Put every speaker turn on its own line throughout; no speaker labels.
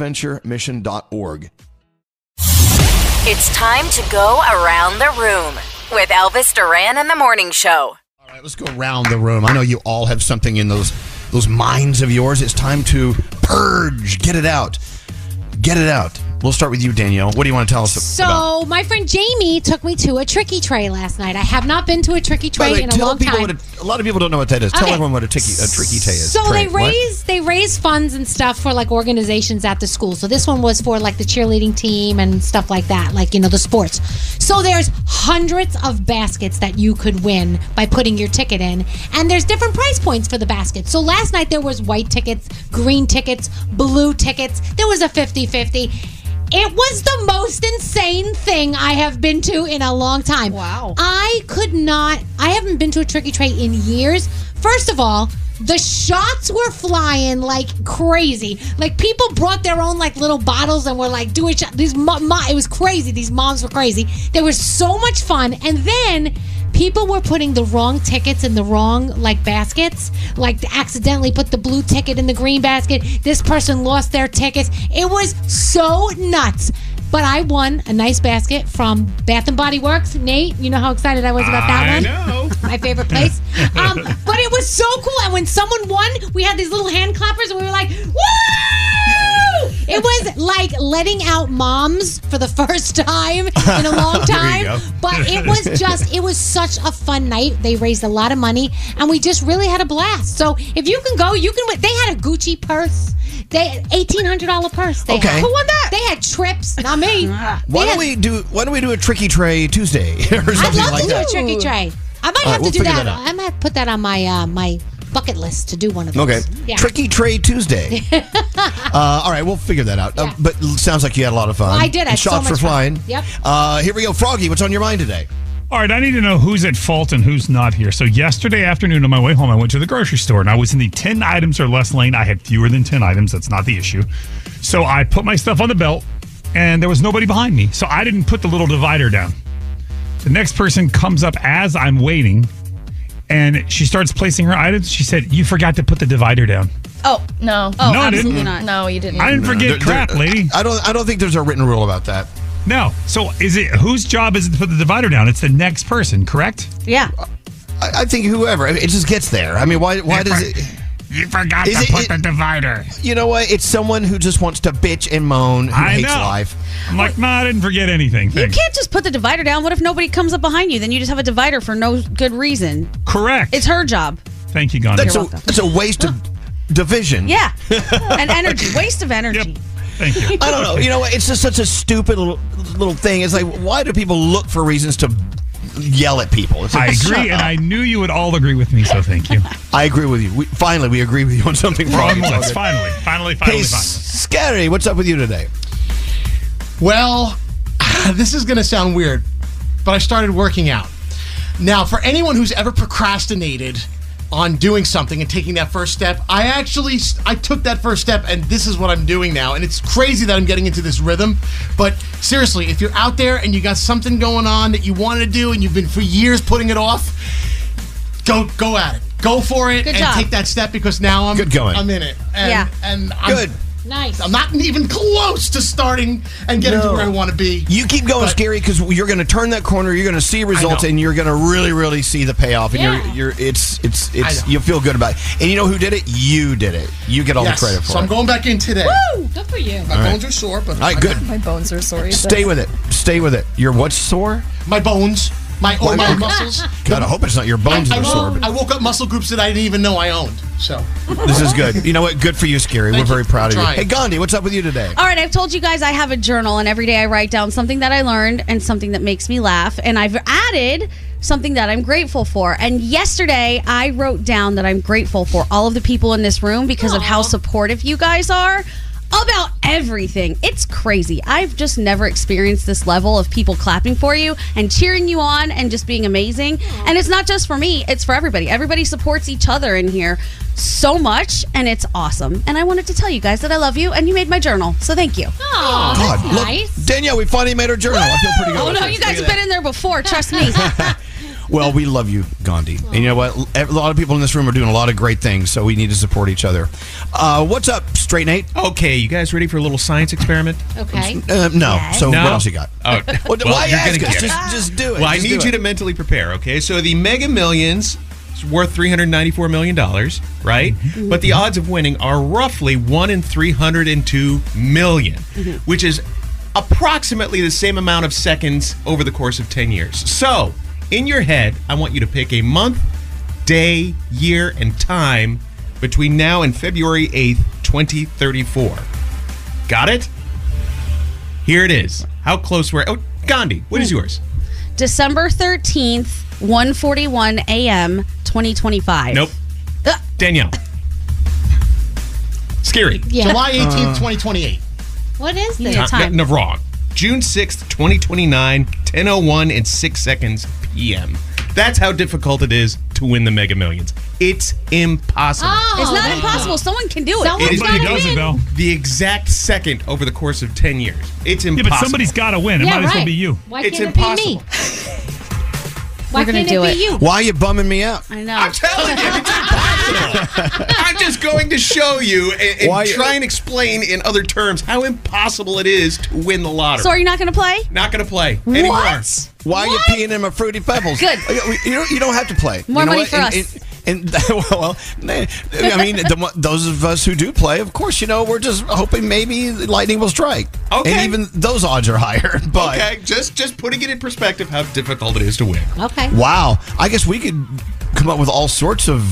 adventuremission.org.
It's time to go around the room with Elvis Duran and the Morning Show.
All right, let's go around the room. I know you all have something in those those minds of yours. It's time to purge, get it out, get it out. We'll start with you, Danielle. What do you want to tell us?
So
about?
my friend Jamie took me to a tricky tray last night. I have not been to a tricky
By
tray
the way,
in a
tell
long
people
time.
what a, a lot of people don't know what that is. Tell
Okay.
everyone what a tricky a tricky tay is.
So
Tray.
they
What?
raise they raise funds and stuff for like organizations at the school. So this one was for like the cheerleading team and stuff like that, like you know the sports. So there's hundreds of baskets that you could win by putting your ticket in, and there's different price points for the baskets. So last night there was white tickets, green tickets, blue tickets. There was a 50-50. It was the most insane thing I have been to in a long time. Wow. I could not, I haven't been to a trick or treat in years. First of all, the shots were flying like crazy. Like people brought their own like little bottles and were like doing shot. These mo- mo- it was crazy. These moms were crazy. They were so much fun. And then people were putting the wrong tickets in the wrong like baskets like accidentally put the blue ticket in the green basket this person lost their tickets it was so nuts but I won a nice basket from Bath and Body Works. Nate, you know how excited I was about that
I
one.
know.
My favorite place. Um, but it was so cool. And when someone won, we had these little hand clappers, and we were like, "Woo!" It was like letting out moms for the first time in a long
There you
time.
go.
But it was just, it was such a fun night. They raised a lot of money, and we just really had a blast. So if you can go, you can. win. They had a Gucci purse, they eighteen hundred dollar purse. They
Okay.
had.
Who
won that? They had trips, not
Why
me. They
don't
had-
we do Why don't we do a tricky tray Tuesday or something
I'd love
like
to
that?
do a tricky tray. I might
All right,
have
we'll
to do
figure
that.
that out.
I might put that on my uh, my bucket list to do one of those.
Okay.
Yeah.
Tricky Tray Tuesday. uh, all right, we'll figure that out. Uh,
Yeah.
but l- sounds like you had a lot of fun.
I did. I
And
had so
shots were
much fun.
flying.
Yep.
Uh, here we go. Froggy, what's on your mind today?
All right, I need to know who's at fault and who's not here. So, yesterday afternoon on my way home, I went to the grocery store and I was in the 10 items or less lane. I had fewer than 10 items. That's not the issue. So, I put my stuff on the belt and there was nobody behind me. So, I didn't put the little divider down. The next person comes up as I'm waiting and she starts placing her items. She said, You forgot to put the divider down.
Oh no! Oh,
No, I didn't.
absolutely not. No, you didn't.
I didn't forget
There- there- uh,
crap, lady.
I don't. I don't think there's a written rule about that.
No. So, is it whose job is it to put the divider down? It's the next person, correct?
yeah.
I, I think whoever I mean, it just gets there. I mean, why? Why does it?
You forgot
Is
to
it-
put
it-
the divider.
You know what? It's someone who just wants to bitch and moan who
I
hates
know.
life.
I'm like, nah, I didn't forget anything.
You
Thanks.
can't just put the divider down. What if nobody comes up behind you? Then you just have a divider for no good reason.
Correct.
It's her job.
Thank you, Gandhi.
That's a, that's a waste of division.
Yeah. and energy, waste of energy.
Thank you.
I don't know. You know, what? it's just such a stupid little, little thing. It's like, why do people look for reasons to yell at people? It's
I
like, shut
agree, and
up.
I knew you would all agree with me, so thank you.
I agree with you. We, finally, we agree with you on something wrong.
Wrong ones. Finally, finally, finally,
Hey,
finally.
Scary, what's up with you today?
Well, this is going to sound weird, but I started working out. Now, for anyone who's ever procrastinated on doing something and taking that first step, I actually I took that first step and this is what I'm doing now. And it's crazy that I'm getting into this rhythm, but seriously, if you're out there and you got something going on that you wanted to do and you've been for years putting it off, go go at it. Go for it
Good
and
job.
take that step because now I'm
Good going.
I'm in it. And,
Yeah.
And I'm,
Good.
Nice.
I'm not even close to starting and getting
No.
to where I want to be.
You keep going,
But-
Scary, because you're going to turn that corner. You're going to see results,
know.
and you're going to really, really see the payoff. And
Yeah.
you're, you're, it's, it's, it's.
know.
You feel good about it. And you know who did it? You did it. You get all
Yes.
the credit for
so
it.
I'm going back in today.
Good for you.
My bones are sore, but
all right, good.
My bones are sore. he said.
Stay with it. Stay with it. Your what's sore?
my bones, my oh,
Why-
my muscles.
God, I hope it's not your
I,
bones
I
that are sore.
woke, I woke up muscle groups that I didn't even know I owned. So
but This is good. You know what? Good for you, Scary. We're
Thank you.
very proud of you.
Trying.
Hey, Gandhi, what's up with you today?
All right, I've told you guys I have a journal, and every day I write down something that I learned and something that makes me laugh. And I've added something that I'm grateful for. And yesterday I wrote down that I'm grateful for all of the people in this room because of how supportive you guys are about everything. It's crazy. I've just never experienced this level of people clapping for you and cheering you on and just being amazing. And it's not just for me, it's for everybody. Everybody supports each other in here so much and it's awesome. And I wanted to tell you guys that I love you and you made my journal. So thank you.
Aw,
Oh,
Oh,
God,
that's
look,
nice.
Danielle, we finally made her journal. I feel pretty good.
Oh
about
no,
this.
you guys
Look
have
at
been in there before. Trust me.
that. Well, we love you, Gandhi. And you know what? A lot of people in this room are doing a lot of great things, so we need to support each other. Uh, what's up, Straight Nate?
Okay, you guys ready for a little science experiment?
Okay.
Oh,
Uh, no. So
No?
what else you got?
Oh,
Well,
well,
why
you're
ask
gonna
us?
get it.
Just, just do it.
Well, I
Just do
need
it.
you to mentally prepare, okay? So the Mega Millions is worth $394 million, right? But the odds of winning are roughly 1 in 302 million, which is approximately the same amount of seconds over the course of 10 years. So, in your head, I want you to pick a month, day, year, and time between now and February 8th, 2034. Got it? Here it is. How close were Oh, Gandhi, what is yours?
December 13th, 1:41 a.m. 2025.
Nope.
Ugh.
Danielle. Scary.
Yeah.
July
Uh.
18th, 2028.
What is this?
Ti-
time.
No, no, wrong. Uh, June 6th, 2029, 1001 and 6 seconds p.m. That's how difficult it is to win the Mega Millions. It's impossible.
It's not
that-
impossible. Someone can do it.
Someone-
It's
Somebody
gotta
does it
win.
though.
The exact second over the course of 10 years. It's
Yeah,
impossible.
but somebody's got to win. It
Yeah,
might as
right.
well be you.
Why
It's
can't it be me?
impossible.
Why
We're gonna
can't
do
it
it.
be you?
Why are you bumming me out?
I know.
I'm telling you, it's impossible. I'm just going to show you and, and
Why-
try and explain in other terms how impossible it is to win the lottery.
so are you not going to play?
Not going to play anymore.
What?
Why are you peeing in my fruity pebbles? Uh,
Good.
You don't, you don't have to play.
More
you know
money
what?
for
and,
us.
And, and- well, nah, I mean, the, one- those of us who do play, of course, you know, we're just hoping maybe lightning will strike.
Okay.
And even those odds are higher. But
Okay, just just putting it in perspective how difficult it is to win.
Okay.
wow, I guess we could come up with all sorts of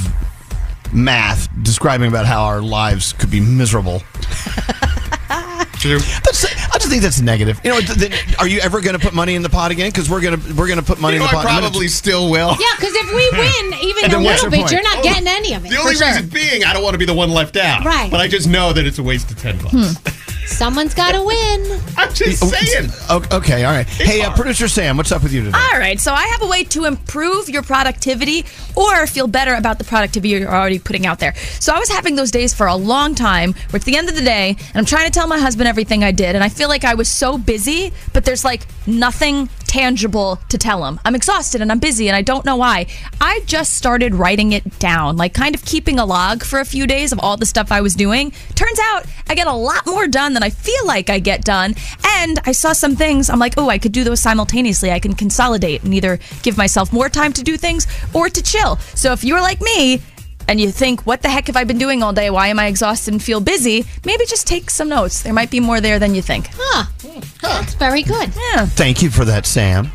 math describing about how our lives could be miserable.
True.
That's, I just think that's negative. You know, th- then are you ever going to put money in the pot again? Because we're gonna we're gonna put money
You know,
in the
I
pot. in a minute.
probably still will.
Yeah, because if we win even
And
a
then what's
little
your point?
bit,
Oh,
you're not getting any of it.
The only
for sure.
reason being I don't want to be the one left out.
Right.
But I just know that it's a waste of ten bucks.
Hmm.
Someone's got to win.
I'm just
Oh,
saying.
O- Okay, all right. hey, uh,
hard.
producer Sam, what's up with you today?
All right, so I have a way to improve your productivity or feel better about the productivity you're already putting out there. So I was having those days for a long time where it's the end of the day and I'm trying to tell my husband everything I did and I feel like I was so busy, but there's like nothing tangible to tell him. I'm exhausted and I'm busy and I don't know why. I just started writing it down, like kind of keeping a log for a few days of all the stuff I was doing. Turns out I get a lot more done than I feel like I get done. And I saw some things, I'm like, oh, I could do those simultaneously. I can consolidate and either give myself more time to do things or to chill. So if you're like me, and you think, what the heck have I been doing all day? Why am I exhausted and feel busy? Maybe just take some notes. There might be more there than you think.
Huh. That's very good.
Yeah.
Thank you for that, Sam.